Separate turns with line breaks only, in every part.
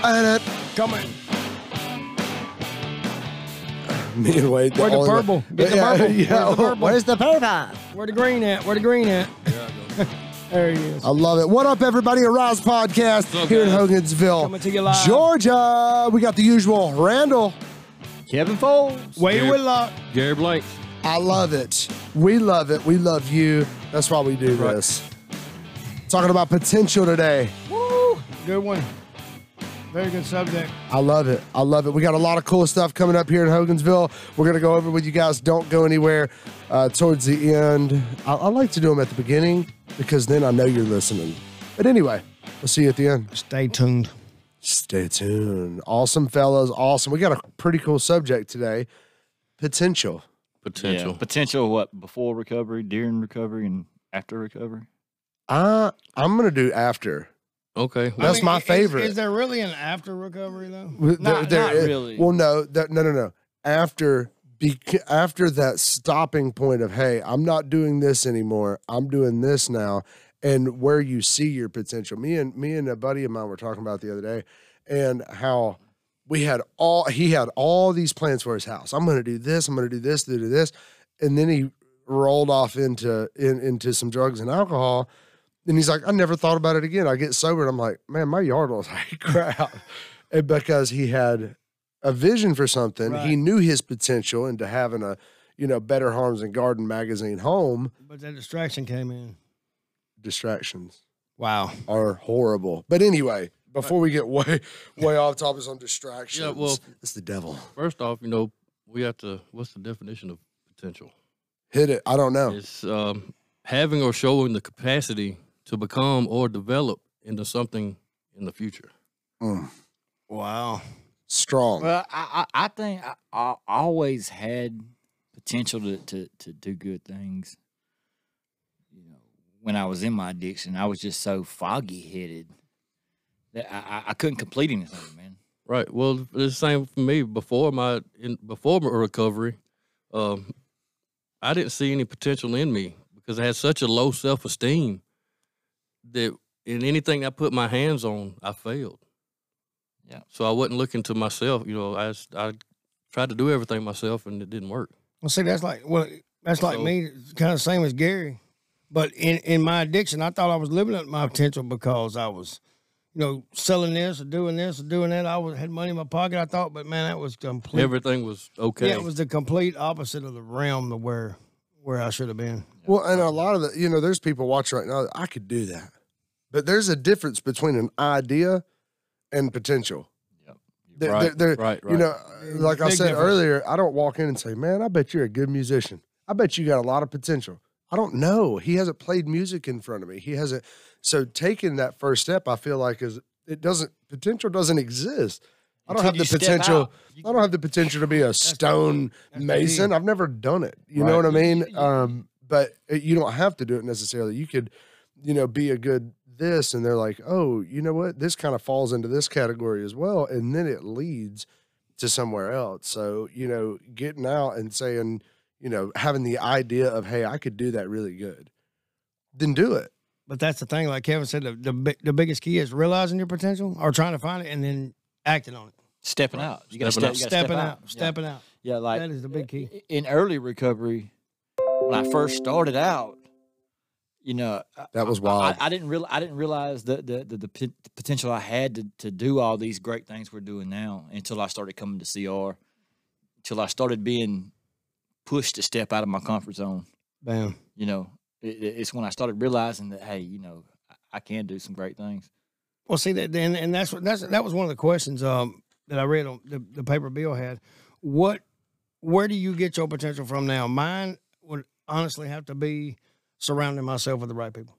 planet coming. Me and Wade.
Where the
only-
purple? Get the
Yeah,
purple.
yeah.
Where's the purple?
Where's the purple?
Where the green at? Where the green at? there he is.
I love it. What up, everybody? Arise Podcast
What's up,
here in
guys?
Hogansville,
Coming to you live.
Georgia. We got the usual Randall.
Kevin Foles.
Wade
Dude.
Whitlock.
Gary Blake.
I love it. We love it. We love you. That's why we do this. Talking about potential today.
Woo!
Good one. Very good subject.
I love it. I love it. We got a lot of cool stuff coming up here in Hogansville. We're going to go over with you guys. Don't go anywhere uh, towards the end. I, I like to do them at the beginning because then I know you're listening. But anyway, we'll see you at the end.
Stay tuned.
Stay tuned. Awesome, fellas. Awesome. We got a pretty cool subject today potential.
Potential.
Potential of what? Before recovery, during recovery, and after recovery?
Uh, I'm going to do after.
Okay.
That's my favorite.
Is, there really an after recovery though?
Not,
not really.
Well, no, that, no, no, no. After bec- after that stopping point of hey, I'm not doing this anymore. I'm doing this now, and where you see your potential. Me and me and a buddy of mine were talking about it the other day, and how we had all he had all these plans for his house. I'm going to do this. I'm going to do this. Do this, and then he rolled off into in, into some drugs and alcohol. And he's like, I never thought about it again. I get sober and I'm like, man, my yard looks like crap. And because he had a vision for something, he
Right.
knew his potential into having a, you know, Better Harms and Garden magazine home.
But that distraction came in.
Distractions
Wow.
are horrible. But anyway, before we get way, way off topic on distractions,
Yeah, well-
it's the devil.
First off, you know, we have to, what's the definition of potential?
Hit it. I don't know.
It's um, having or showing the capacity to become or develop into something in the future.
Mm.
Wow.
Strong.
Well, I, I, I think I, I always had potential to, to, to do good things. You know, when I was in my addiction, I was just so foggy headed that I, I, I couldn't complete anything, man.
Right. Well, it's the same for me. Before my in, before my recovery, um, I didn't see any potential in me because I had such a low self esteem that in anything I put my hands on, I failed.
Yeah.
So I wasn't looking to myself. You know, I s- I tried to do everything myself and it didn't work.
Well, see, that's like well, that's like
So-
me, kind of same as Gary. But in in my addiction, I thought I was living up to my potential because I was, you know, selling this or doing this or doing that. I was had money in my pocket. I thought, but man, that was complete.
Everything was okay.
Yeah, it was the complete opposite of the realm of where where I should have been.
Well, and uh, a lot of the, you know, there's people watching right now. that, I could do that, but there's a difference between an idea and potential. There-
right,
there- there-
right. Right.
You know, like I
Big
said
difference.
earlier, I don't walk in and say, "Man, I bet you're a good musician. I bet you got a lot of potential." I don't know. He hasn't played music in front of me. He hasn't. So taking that first step, I feel like is it doesn't potential doesn't exist. I don't
Until
have
you
the
step
potential.
out.
I don't have the potential to be a stone
the
mason. I've never done it. You know
Right.
what I mean? Um, but it- you don't have to do it necessarily. You could, you know, be a good this, and they're like, oh, you know what? This kind of falls into this category as well, and then it leads to somewhere else. So you know, getting out and saying, you know, having the idea of, hey, I could do that really good, then do it.
But that's the thing, like Kevin said, the the, bi- the biggest key is realizing your potential or trying to find it and then acting on it,
Stepping out. You gotta
Stepping
step, you gotta
stepping
step
out,
Yeah.
stepping out.
Yeah, like
That is the big key.
i- In early recovery, when I first started out, you know, I-
That was
I-
wild.
I, I didn't real I didn't realize the the, the, the pot- the potential I had to, to do all these great things we're doing now until I started coming to CR, until I started being pushed to step out of my comfort zone.
Bam.
You know, it, it- it's when I started realizing that hey, you know, I, I can do some great things.
Well, see that, and, and that's what that's that was one of the questions um, that I read on the, the paper Bill had. What, where do you get your potential from now? Mine would honestly have to be surrounding myself with the right people.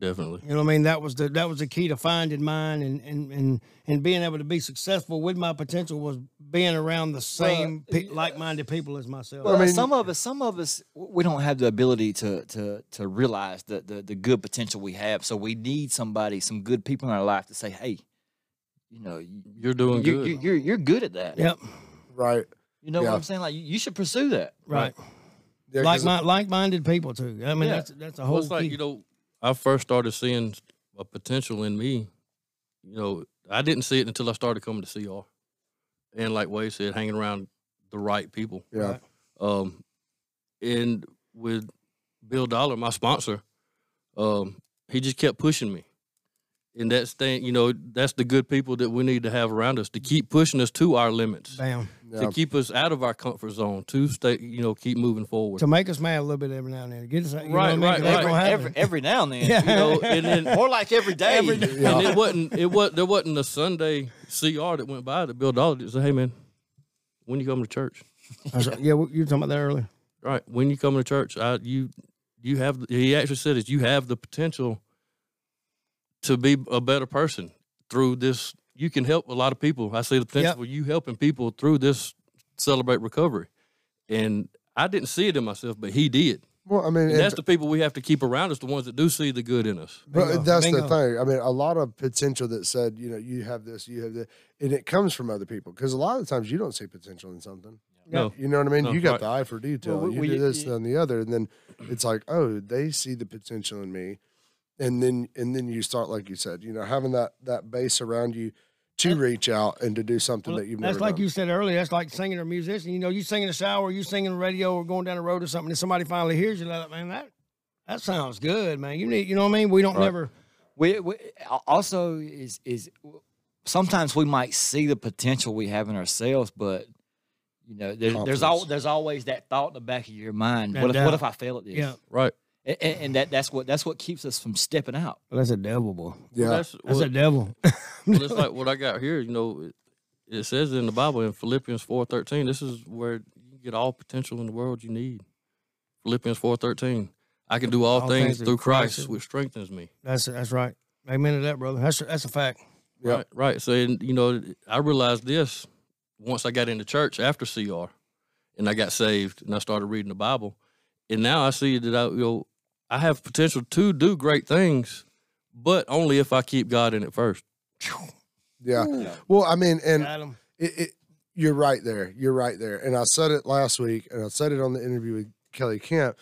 Definitely.
You know what I mean? That was the that was the key to finding mine and and and and being able to be successful with my potential was being around the same pe-
yeah.
like-minded people as myself.
Well,
I mean-
some of us, some of us, w- we don't have the ability to to to realize the, the the good potential we have. So we need somebody, some good people in our life to say, "Hey, you know, you,
You're doing
you,
good.
you, you're you're good at that.
yep,
Right.
You know
Yeah.
what I'm saying? Like you, you should pursue that.
right.
Yeah, 'cause
like my like-minded people too. I mean,
Yeah.
that's that's a
Well,
whole
it's like
key.
you know, I first started seeing a potential in me you know, I didn't see it until I started coming to CR, and like Wade said, hanging around the right people.
Yeah.
Right.
Um, and with Bill Dollar, my sponsor, um, he just kept pushing me. And that's thing, you know, that's the good people that we need to have around us to keep pushing us to our limits,
Bam.
Yeah.
to keep us out of our comfort zone, to stay, you know, keep moving forward.
To make us mad a little bit every now and then. Get us you know what
Right,
I mean? 'Cause
right,
that's
every,
gonna
every,
happen.
every now and then.
Yeah.
You know, and then
More like every day.
and it wasn't it was there wasn't a Sunday CR that went by that Bill Dollar didn't say, Hey man, when you coming to church?
That's right. Yeah, we- you were talking about that earlier.
Right. When you come to church, I you you have he actually said is you have the potential to be a better person through this. You can help a lot of people. I see the potential
Yep.
for you helping people through this celebrate recovery. And I didn't see it in myself, but he did.
Well, I mean,
And
if-
that's the people we have to keep around us, the ones that do see the good in us.
But
Bingo,
that's
bingo.
the thing. I mean, a lot of potential that said, you know, you have this, you have that, and it comes from other people because a lot of times you don't see potential in something.
No.
You know what I mean?
No,
you got
right.
the eye for detail.
we-
you
we-
do this and the other, and then it's like, oh, they see the potential in me, and then and then you start, like you said, you know, having that that base around you to reach out and to do something that you've
That's
never
like
done.
you said earlier. That's like singing or musician. You know, you sing in the shower, you sing in the radio, or going down the road or something, and somebody finally hears you. they're Like, man, that that sounds good, man. You need, you know what I mean? We don't never.
we, we al- also is is sometimes we might see the potential we have in ourselves, but you know, there, there's al-
Confidence.
there's always that thought in the back of your mind.
That
What if, what
doubt.
if I fail at this?
Yeah.
Right.
A- a- And, that that's what that's what keeps us from stepping out.
Well, that's a devil, boy.
yeah,
That's,
That's
what-
a devil.
well, it's like what I got here. You know, it, it says in the Bible in Philippians four thirteen. This is where you get all potential in the world you need. Philippians four thirteen. I can do all,
All
things, through Christ,
Christ.
which strengthens me.
That's that's right. Amen to that, brother. That's that's a fact.
Yep.
Right, right. So and, you know, I realized this once I got into church after CR, and I got saved and I started reading the Bible, and now I see that I you know I have potential to do great things, but only if I keep God in it first.
yeah. Well, I mean, and
Got 'em.
it, it you're right there. You're right there. And I said it last week and I said it on the interview with Kelly Camp,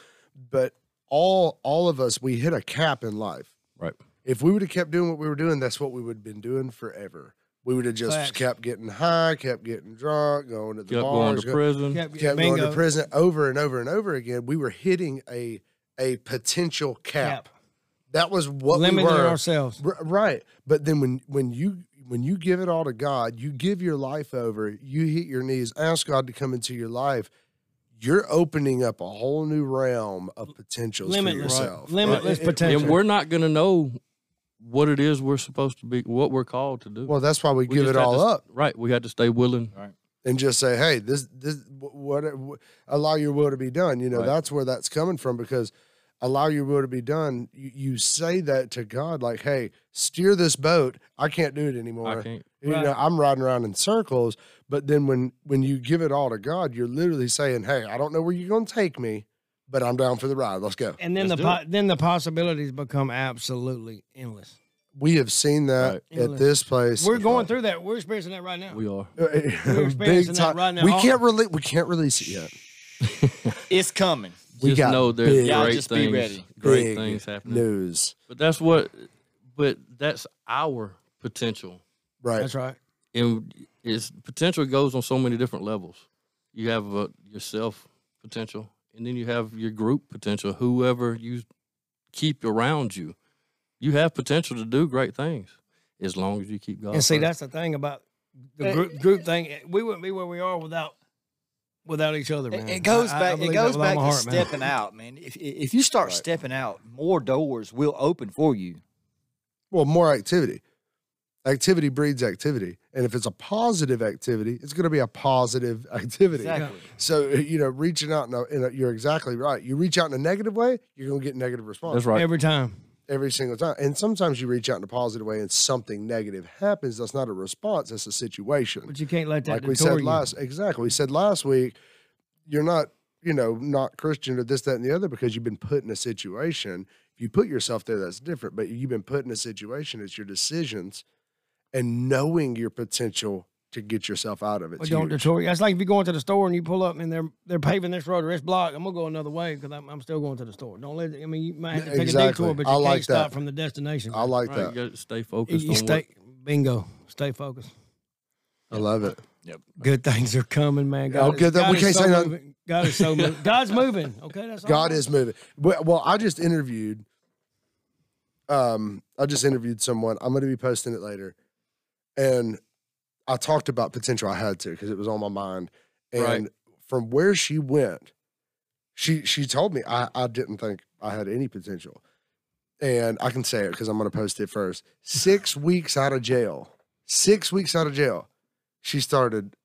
but all all of us we hit a cap in life.
Right.
If we would have kept doing what we were doing, that's what we would have been doing forever. We would have just
Facts.
kept getting high, kept getting drunk, going to the
Kept going
bars,
to
go-
prison.
Yep, yep,
kept going
bingo.
to prison over and over and over again. We were hitting a a potential cap.
Yep.
That was what we
Limiting
were.
ourselves.
R- right. But then when when you when you give it all to God, you give your life over, you hit your knees, ask God to come into your life. You're opening up a whole new realm of potentials
Limitless.
for yourself.
Limitless
It- it-
potential.
And we're not going to know what it is we're supposed to be, what we're called to do.
Well, that's why we,
We
give
just
it
had
all
to-
up
Right. We had to stay willing.
and just say, "Hey, this this wh- what, wh- allow your will to be done." You know,
Right.
that's where that's coming from because allow your will to be done. You, you say that to God, like, "Hey, steer this boat. I can't do it anymore."
I can't.
you know
Right.
i'm riding around in circles but then when when you give it all to god you're literally saying hey i don't know where you're going to take me but i'm down for the ride let's go
And then
Let's
the
do
po- then the possibilities become absolutely endless.
we have seen that
Right.
at this place Uh,
We're going through that. We're experiencing that right now.
We are.
experiencing that right now.
we
All-
can't release we can't release it yet
It's coming.
we
just
got
know there's
big,
Y'all
great
just be
things.
ready.
Great
big
things happening.
news
But that's what. But that's our potential,
right
That's right.
and it's potential goes on so many different levels. You have uh, yourself potential, and then you have your group potential. Whoever you keep around you, you have potential to do great things as long as you keep God.
And see,
first.
that's the thing about the group, group thing. We wouldn't be where we are without without each other, man.
It, it goes
I- I
back.
believe
It
that
goes
with all my
back to
heart, man.
stepping out, man. If if you start stepping out, more doors will open for you.
well more activity activity breeds activity and if it's a positive activity it's going to be a positive activity
Exactly.
So uh, you know, reaching out in a, in a you're exactly right. You reach out in a negative way, you're gonna get negative response
that's right.
Every time.
every single time. And sometimes you reach out in a positive way, and something negative happens. That's not a response. That's a situation.
But you can't let that
Like we
detour
said
you.
last, exactly. We said last week, you're not you know not Christian or this that and the other because you've been put in a situation. If you put yourself there, that's different. But you've been put in a situation. It's your decisions, and knowing your potential to get yourself out of it.
Well,
It's
don't
huge.
detour. That's like if you go into the store and you pull up and they're they're paving this road or this block. I'm gonna go another way because I'm, I'm still going to the store. Don't let. I mean, you might have to take a
Exactly.
detour, but
I
you can't
like
stop
that.
from the destination.
I like
Right,
that.
you gotta stay
You-
focused
you
on what-
stay bingo. Stay focused.
I love it.
Good things are coming, man. God
Okay,
is-
that-
God
we
is
can't
so
say nothing.
moving. God is so moving. God's moving. Okay, that's all.
God is moving. Well, well, I just interviewed. Um, I just interviewed someone. I'm going to be posting it later, and I talked about potential. I had to because it was on my mind. And
Right.
from where she went, she she told me I I didn't think I had any potential, and I can say it because I'm going to post it first. Six weeks out of jail. Six weeks out of jail, she started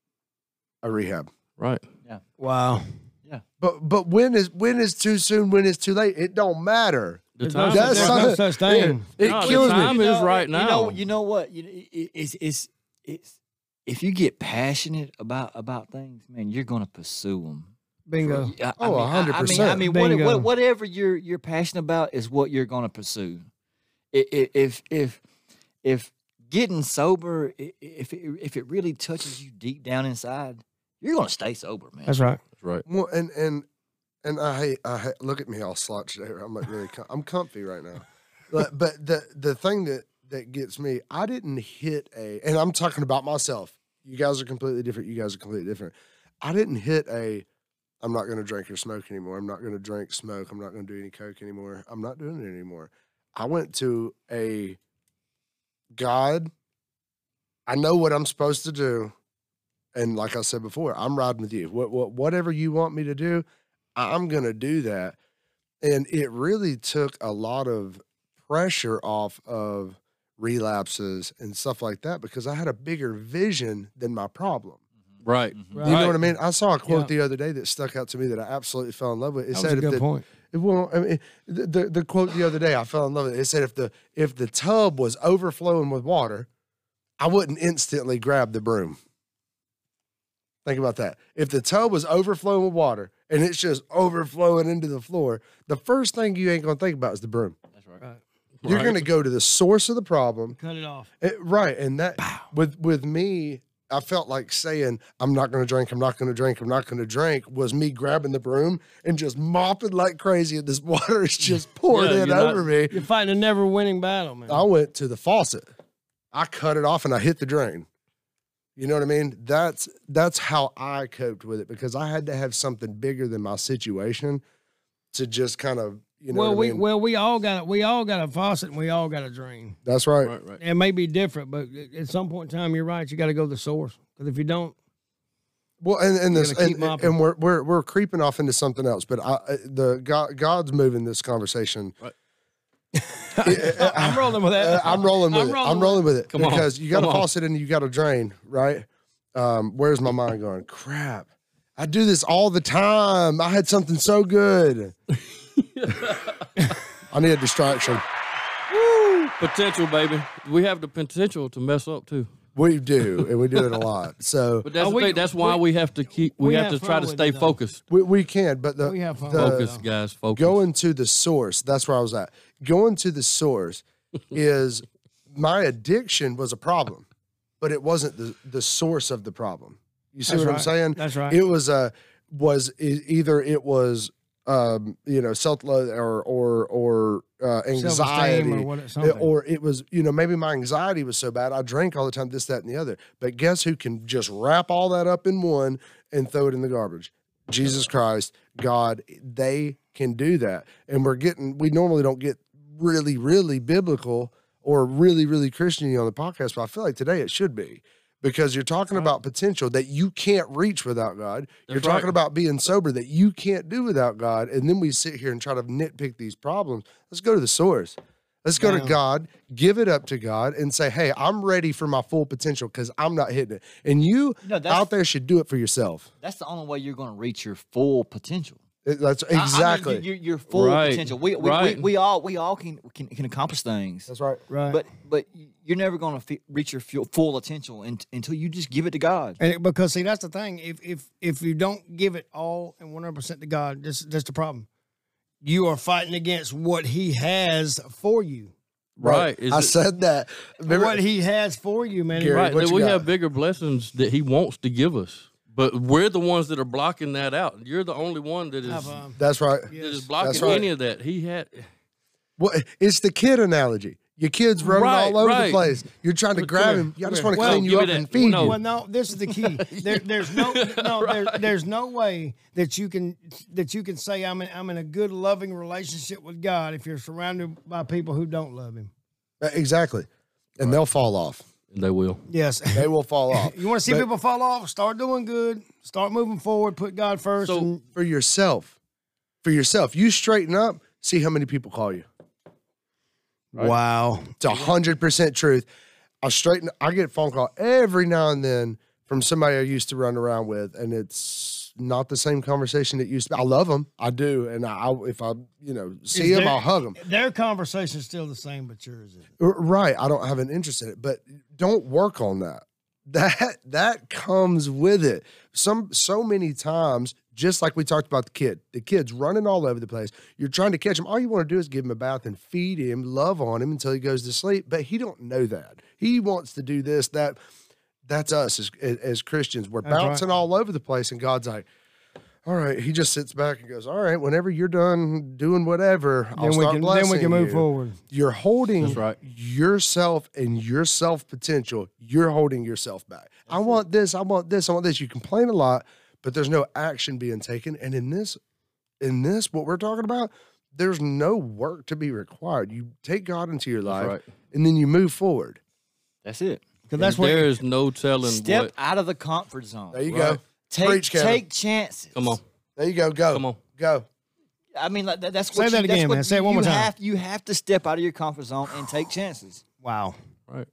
a rehab.
right.
Wow.
But but when is when is too soon? When is too late? It don't matter.
The
There's no,
time,
such-
That's
there's
not-
no such thing.
It
No, the
kills me.
time is right
You know,
now.
you know what? You know, it- it's it's it's if you get passionate about about things, man, you're gonna pursue them.
Oh,
Bingo.
I, I mean, I- I mean-
100%.
I mean, what-
Bingo.
what- whatever you're you're passionate about is what you're going to pursue. I- i- If if if getting sober, i- i- if it, if it really touches you deep down inside, you're going to stay sober, man.
That's right.
right.
Well, and and and I hate, I hate, look at me all slouched over. I'm like really com- I'm comfy right now. But but the the thing that that gets me, I didn't hit a, and I'm talking about myself. You guys are completely different. You guys are completely different. I didn't hit a. I'm not going to drink or smoke anymore. I'm not going to drink, smoke. I'm not going to do any coke anymore. I'm not doing it anymore. I went to a God. I know what I'm supposed to do and like I said before, I'm riding with you. What, what whatever you want me to do, I- I'm gonna do that. And it really took a lot of pressure off of relapses and stuff like that because I had a bigger vision than my problem.
Right.
Right.
You know what I mean? I saw a quote
Yeah.
the other day that stuck out to me that I absolutely fell in love with. It
That was
said,
a
if
good
the,
point.
it- well, I mean, the, the the quote the other day I fell in love with. It. it said, if the if the tub was overflowing with water, I wouldn't instantly grab the broom. Think about that. If the tub was overflowing with water and it's just overflowing into the floor, the first thing you ain't gonna think about is the broom.
That's right.
You're
Right.
gonna go to the source of the problem,
Cut it off.
it- right? And that with with me, I felt like saying, "I'm not going to drink. I'm not going to drink. I'm not going to drink." Was me grabbing the broom and just mopping like crazy, and this water is just pouring
Yeah,
in
you're not- Mm.
over me.
You're fighting a never-winning battle, man.
I went to the faucet. I cut it off and I hit the drain. You know what I mean? That's that's how I coped with it because I had to have something bigger than my situation to just kind of you know.
well,
what I
we
mean?
well we all got a, we all got a faucet and we all got a drain.
that's right.
Right. Right.
It may be different, but at- at some point in time, you're right. You got to go to the source because if you don't,
Well, and and
You're
this,
gonna keep
and,
mopping.
and we're we're we're creeping off into something else. But I, uh, the God, God's moving this conversation.
Right.
I- I-
I'm rolling with
uh,
that.
I'm rolling with
I'm
it.
rolling
I'm
with
rolling with it
Come on.
because you got to
Come on.
faucet and you got to drain, right? Um, where's my mind going? Crap! I do this all the time. I had something so good. I need a distraction.
Potential, baby. We have the potential to mess up too.
We do, and we do it a lot. So
But that's
Oh,
the
we-
thing. That's why we, have to keep. We,
we
have,
have
to try
fun
to
with
stay
it, though.
focused.
we, we can, but the
We have fun. Uh,
the-
with it,
Focus,
though.
guys. Focus.
going to the source that's where i was at going to the source is my addiction was a problem but it wasn't the, the source of the problem you see
That's
what i'm
right.
saying
That's right.
it was uh, was e- either it was um you know self-love or or or uh,
Self-esteem
anxiety
or what? Something.
or it was, you know, maybe my anxiety was so bad. I drank all the time, this, that, and the other. But guess who can just wrap all that up in one and throw it in the garbage? Jesus Christ, God, they can do that. And we're getting, we normally don't get really, really biblical or really, really Christian on the podcast, but I feel like today it should be because you're talking about potential that you can't reach without God. you're
That's right.
talking about being sober that you can't do without God. And then we sit here and try to nitpick these problems. Let's go to the source. Let's go to
Yeah.
God, give it up to God, and say, "Hey, I'm ready for my full potential because I'm not hitting it." And you
You know, that's
out there should do it for yourself.
that's the only way you're going to reach your full potential.
It- That's
I- I mean,
exactly.
your, your, your full
Right.
potential. We we,
Right.
we we all we all can can, can accomplish things.
that's right.
right.
But but you're never going to f- reach your fu- full potential un- until you just give it to God.
And it, because see, that's the thing. If if if you don't give it all and one hundred percent to God, this that's the problem. You are fighting against what He has for you.
Right. Is
I
it-
said that. Remember-
what he has for you, man.
Gary,
right.
what
That
you
we
got?
have bigger blessings that he wants to give us. But we're the ones that are blocking that out. You're the only one that is,
I've,
that
um,
that's right.
is
yes.
blocking
right.
any of that. He had
What it's the kid analogy. Your kid's running
Right,
all over
right.
the place. You're trying to
But come
grab
here,
him. I just
come
want to
here.
clean
Well,
you
give
up
me
and
that.
feed
No.
you.
Well, no, this is the key. There, there's no, no, there, there's no way that you can that you can say I'm in, I'm in a good loving relationship with God if you're surrounded by people who don't love Him.
Uh, Exactly. And they'll fall off.
they will.
Yes.
They will fall off.
You want to see
But
people fall off? Start doing good. Start moving forward. Put God first.
So-
and
for yourself. For yourself. You straighten up, see how many people call you.
wow.
It's a hundred percent truth. I straighten. I get a phone call every now and then from somebody I used to run around with, and it's not the same conversation it used to. be. I love them, I do, and I, I if I you know see
Is
them,
there-
I'll hug them.
Their conversation's still the same, but yours is.
Right. I don't have an interest in it, but don't work on that. That that comes with it. Some so many times, just like we talked about the kid, the kid's running all over the place. You're trying to catch him. All you want to do is give him a bath and feed him, love on him until he goes to sleep. But he don't know that. He wants to do this, that. That's us as as- as Christians. We're
That's right.
bouncing all over the place, and God's like, "All right." He just sits back and goes, "All right." Whenever you're done doing whatever, I'll
Then we
start
can then we
blessing
can move
you."
forward.
you're holding
That's right.
yourself and your self potential. You're holding yourself back. I want this. I want this. I want this. You complain a lot, but there's no action being taken. And in this, in this, what we're talking about, there's no work to be required. You take God into your life,
That's right.
and then you move forward.
That's it.
Because that's
And
what
there is no telling
Step
what.
out of the comfort zone.
There you
Right.
go.
Take
Preach, Kevin.
take chances.
Come on,
There you go. Go.
come on.
Go.
I mean, like, that, that's
Say
what
that
you,
again,
that's what
man. Say it
you-
one more
you
time.
Have, you have to step out of your comfort zone and take chances.
wow.
Right.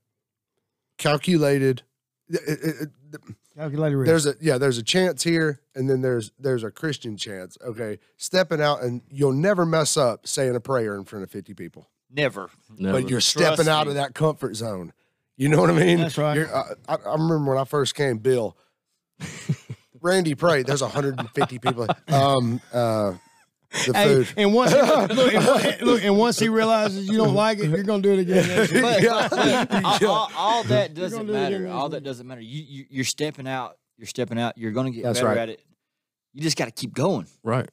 Calculated. It- it- it-
Calculated risk.
there's a yeah there's a chance here and then there's there's a christian chance okay stepping out and you'll never mess up saying a prayer in front of 50 people
Never.
Never.
but you're
Trust
stepping out
me.
of that comfort zone you know what i mean
That's right.
You're- I, I, I remember when i first came bill randy prayed there's 150 people um uh the
Hey,
food
and once he, look, and one- look, and once he realizes you don't like it, you're gonna do it again.
But,
Yeah.
but all, all- all that
gonna
doesn't
do it
matter.
anyway,
All that
dude.
doesn't matter. You, you you're stepping out. You're stepping out. You're going to get
That's
better
right.
at it. You just got to keep going.
right.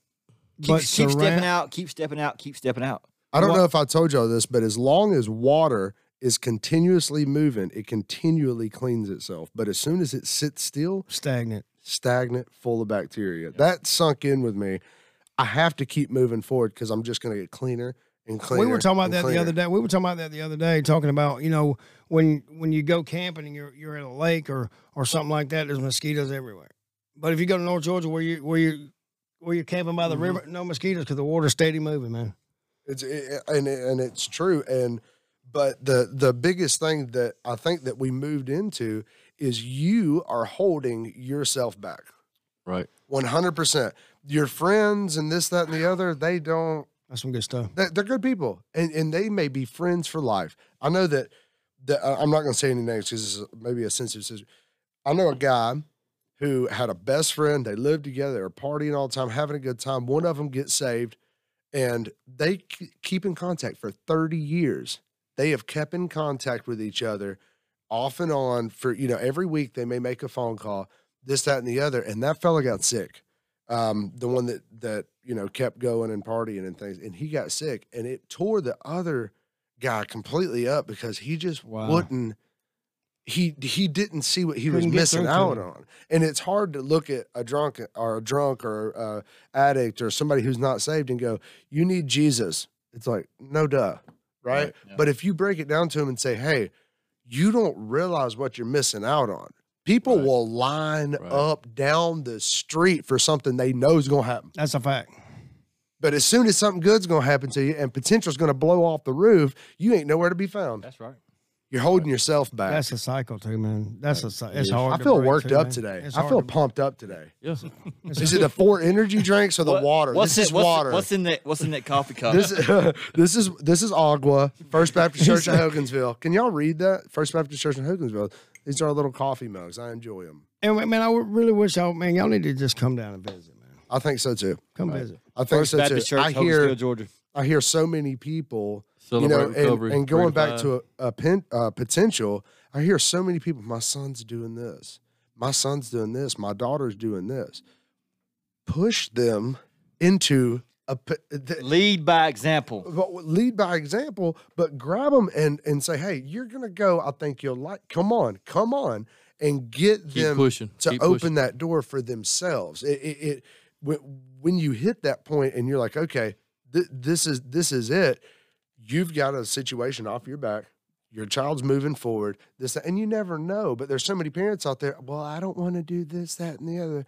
Keep,
But
keep
surround-
stepping out. Keep stepping out. Keep stepping out.
i don't
what-
know if i told y'all this but as long as water is continuously moving it continually cleans itself but as soon as it sits still
Stagnant.
stagnant, full of bacteria. That sunk in with me. I have to keep moving forward because I'm just going to get cleaner and cleaner.
we were talking about
and
that the
cleaner.
other day. We were talking about that the other day, talking about you know when when you go camping and you're you're at a lake or or something like that. There's mosquitoes everywhere. But if you go to North Georgia where you where you where you're camping
Mm-hmm.
by the river, no mosquitoes because the water's steady moving, man.
It's it, and it, and it's true. And but the the biggest thing that I think that we moved into is you are holding yourself back.
Right.
One hundred percent. Your friends and this, that, and the other, they don't
That's some good stuff.
They're, they're good people, and and they may be friends for life. I know that. that I- I'm not going to say any names because it's maybe a sensitive situation. I know a guy who had a best friend. They lived together, they were partying all the time, having a good time. One of them gets saved, and they k- keep in contact for 30 years. They have kept in contact with each other off and on for you know every week. They may make a phone call, this, that, and the other, and that fella got sick um, the one that that you know kept going and partying and things, and he got sick, and it tore the other guy completely up because he just
Wow.
wouldn't. He he didn't see what he was
Couldn't get
missing
through to
out
him.
on, and it's hard to look at a drunk or a drunk or a addict or somebody who's not saved and go, "You need Jesus." It's like no duh, right?
Right, yeah.
But if you break it down to him and say, "Hey, you don't realize what you're missing out on," people
Right.
will line
Right.
up down the street for something they know is going to happen.
That's a fact.
But as soon as something good's going to happen to you and potential's going to blow off the roof, you ain't nowhere to be found.
That's right.
You're holding yourself back.
That's a cycle too, man. That's a cy- it's
Yeah.
hard.
I
to
feel
break,
worked
too,
up
man.
today.
It's
I
hard
feel
to-
pumped up today.
Yeah.
Is it the four energy drinks or the water?
What's
this
in-
is
what's-
water.
What's in that? What's in that coffee cup?
this, this is this is Agua First Baptist Church in Hogansville. Can y'all read that? First Baptist Church in Hogansville. These are our little coffee mugs. I enjoy them.
And man, I would really wish y'all, man, y'all need to just come down and visit, man.
I think so too.
Come visit.
I think
First
so
Baptist
too.
Church,
I
Hogansville,
hear
Georgia.
I hear so many people you know, and,
Celebrate recovery.
and going
three
back
five.
to a, a pen, uh, potential, I hear so many people, my son's doing this, my son's doing this, my daughter's doing this. Push them into a p- th-
Lead by example.
but lead by example, but grab them and and say, hey, you're gonna go. I think you'll like. Come on, come on, and get
keep
them
pushing.
um, to
keep
open
pushing.
that door for themselves. It, it, it when, when you hit that point and you're like, okay, th- this is this is it. You've got a situation off your back. Your child's moving forward. This that, and you never know. But there's so many parents out there. Well, I don't want to do this, that, and the other.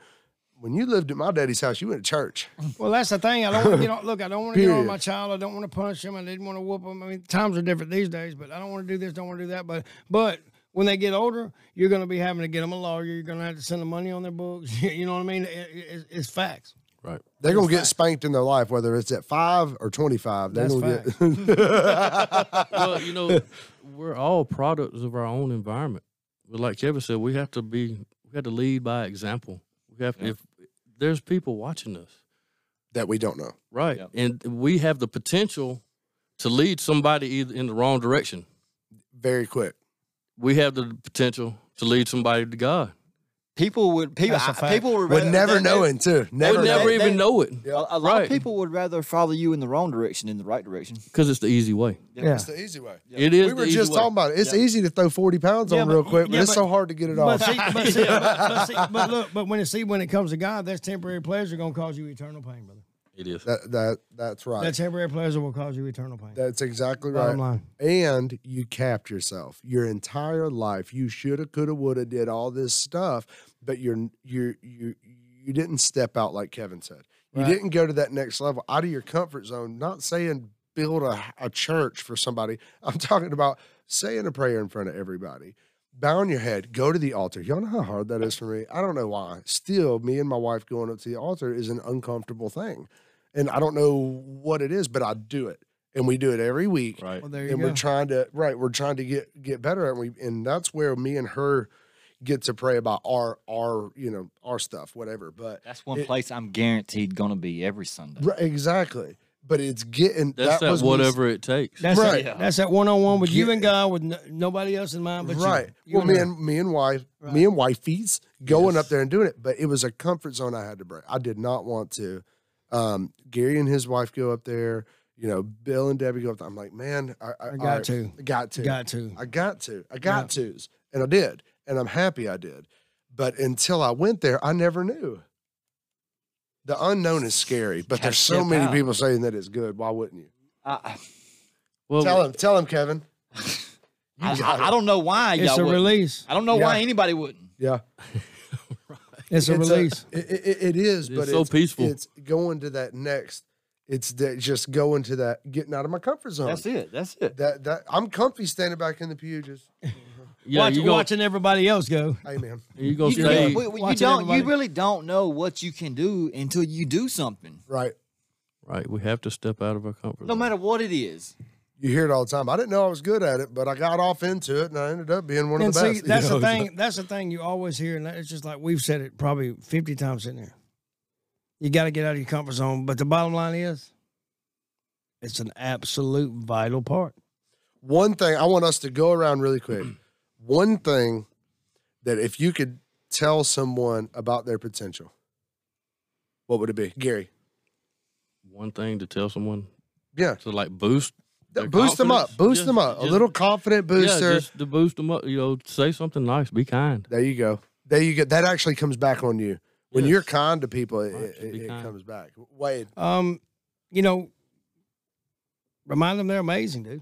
When you lived at my daddy's house, you went to church.
Well, that's the thing. I don't want to get on. Look, I don't want to get on
Period.
my child. I don't want to punish him. I didn't want to whoop him. I mean, times are different these days, but I don't want to do this. Don't want to do that. But but when they get older, you're going to be having to get them a lawyer. You're going to have to send them money on their books. you know what I mean? It- it- it's, it's facts.
right.
They're gonna get spanked in their life, whether it's at five or twenty-five. They're
That's
gonna
fact.
get
well, you know, we're all products of our own environment. But like Kevin said, we have to be, we have to lead by example. We have
Yeah.
if there's people watching us,
that we don't know.
right,
Yep.
and we have the potential to lead somebody either in the wrong direction.
Very quick.
We have the potential to lead somebody to God.
People would people
That's a
I-
fact.
people would
Would
rather-
never
they- they-
know it too. Never,
Never,
know.
never
they-
even
they-
know it
A, a lot
Right.
of people would rather follow you in the wrong direction than the right direction.
because it's the easy way.
It's the easy way.
It is.
We were
the
just
easy way.
talking about it. It's
Yeah.
easy to throw 40 pounds
Yeah,
on
but-
real quick, but
yeah,
it's
but-
so hard to get it
But
off.
see, but, see, but, but see, but look, but when you see when it comes to God, that's temporary pleasure going to cause you eternal pain, brother.
It is.
That, that, that's right.
That
That's,
temporary pleasure will cause you eternal pain.
exactly
Bottom
right.
line.
And you capped yourself your entire life. You shoulda, coulda, woulda, did all this stuff, but you're you you you didn't step out like Kevin said. You
Right.
didn't go to that next level out of your comfort zone. Not saying build a, a church for somebody. I'm talking about saying a prayer in front of everybody. bow on your head, go to the altar. Y'all know how hard that is for me. I don't know why. Still, me and my wife going up to the altar is an uncomfortable thing. And I don't know what it is, but I do it. And we do it every week.
Right.
Well, there you
And
go.
we're trying to right, we're trying to get get better at we and that's where me and her get to pray about our our, you know, our stuff, whatever. But
That's one
It-
place I'm guaranteed going to be every Sunday.
right, exactly. But it's getting that,
That's that
was me-
whatever it takes.
That's
Right.
That, that's that one on one with you
Yeah.
and God, with no, nobody else in mind, but you.
right.
you
well, me
her.
and me and wife,
Right.
me and wifey's going up there and doing it, but it was a comfort zone I had to break. I did not want to. Um, Gary and his wife go up there. You know, Bill and Debbie go up there. I'm like, man, I, I,
I
all
got
right,
to.
I got to,
Got to.
I got to, I got tos, and I did, and I'm happy I did. But until I went there, I never knew. The unknown is scary, but
Gotta
there's so
step
many
out.
people saying that it's good. Why wouldn't you?
I,
Well,
Tell him, tell him, Kevin.
I,
You
I- I don't know why
It's
y'all
a
wouldn't.
release.
I don't know why
Yeah.
anybody wouldn't.
Yeah.
It's a release.
it, it, it is,
It's
but
so
it's,
peaceful.
It's going to that next. It's that just going to that getting out of my comfort zone.
That's it. That's it.
That that I'm comfy standing back in the pew. Just
yeah,
Watch-
you go,
watching everybody else go.
hey man,
you go
You,
stay.
don't- we- we- you
Watching
don't.
everybody.
You really don't know what you can do until you do something,
right?
Right, we have to step out of our comfort.
no
zone.
matter what it is.
You hear it all the time. I didn't know I was good at it, but I got off into it, and I ended up being one
And
of the best.
see,
you
that's
Oh,
know?
the thing. That's the thing you always hear, and that- it's just like we've said it probably fifty times in there. You got to get out of your comfort zone, but the bottom line is, it's an absolute vital part.
One thing I want us to go around really quick. one thing that if you could tell someone about their potential, what would it be, Gary?
One thing to tell someone
Yeah,
to like boost, their
boost them up.
confidence.
Boost
Just-
them up. a
just-
little confident booster.
yeah, just to boost them up. You know, say something nice. Be kind.
There you go. There you go. That actually comes back on you. When
Yes.
you're kind to people, it,
Right,
it,
just be
it
kind.
comes back. Wade,
Um, you know, remind them they're amazing, dude.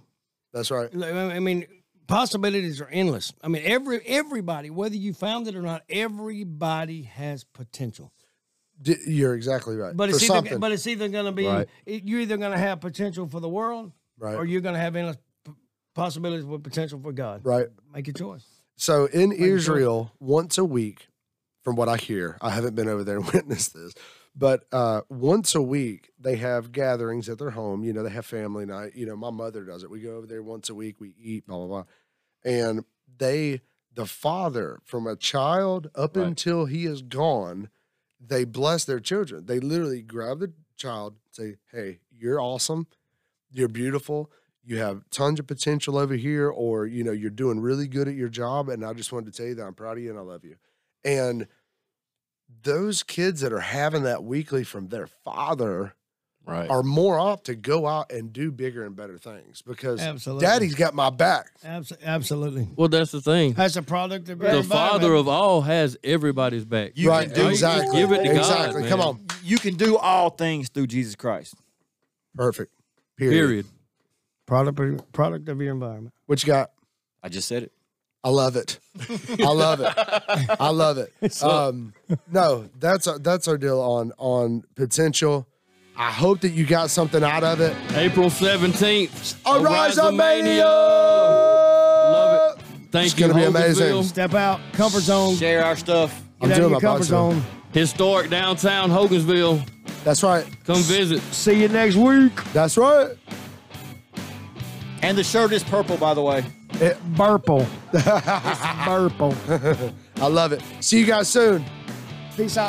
that's right.
Like, I I mean, possibilities are endless. I mean, every everybody, whether you found it or not, everybody has potential.
D- you're exactly right.
But
For
it's either,
something,
but it's either going to be
Right.
it- you're either going to have potential for the world
right,
or you're going to have endless p- possibilities with potential for God.
right.
Make your choice.
So in
sure.
Israel, once a week, from what I hear, I haven't been over there and witnessed this, but uh, once a week they have gatherings at their home. You know, they have family night. You know, my mother does it. We go over there once a week. We eat, blah blah blah, and they, the father, from a child up
Right.
until he is gone, they bless their children. They literally grab the child, say, "Hey, you're awesome. You're beautiful. you have tons of potential over here, or you know, you're doing really good at your job. And I just wanted to tell you that I'm proud of you and I love you. And those kids that are having that weekly from their father
Right.
are more apt to go out and do bigger and better things because
Absolutely.
daddy's got my back.
Abs- absolutely.
Well, that's the thing.
That's a product of
The father of all has everybody's back.
You
right,
can do
exactly.
give it to God,
exactly. Come
man.
on.
you can do all things through Jesus Christ.
Perfect. Period.
Period.
product of, product of your environment.
What you got?
I just said it.
I love it. I love it. I love it. Um, no, that's our, that's our deal on on potential. I hope that you got something out of it.
April 17th.
Arise,
Arise-a-mania.
Mania!
Love it. Thank
It's
you.
gonna be amazing.
Hogansville.
Step out, comfort zone. Get
Share our stuff.
I'm
out
doing
of
my
your comfort
best. man.
zone.
Historic downtown Hogansville.
That's right.
Come visit.
See you next week.
That's right.
And the shirt is purple, by the way.
Burple. Burple.
I love it. See you guys soon.
Peace out.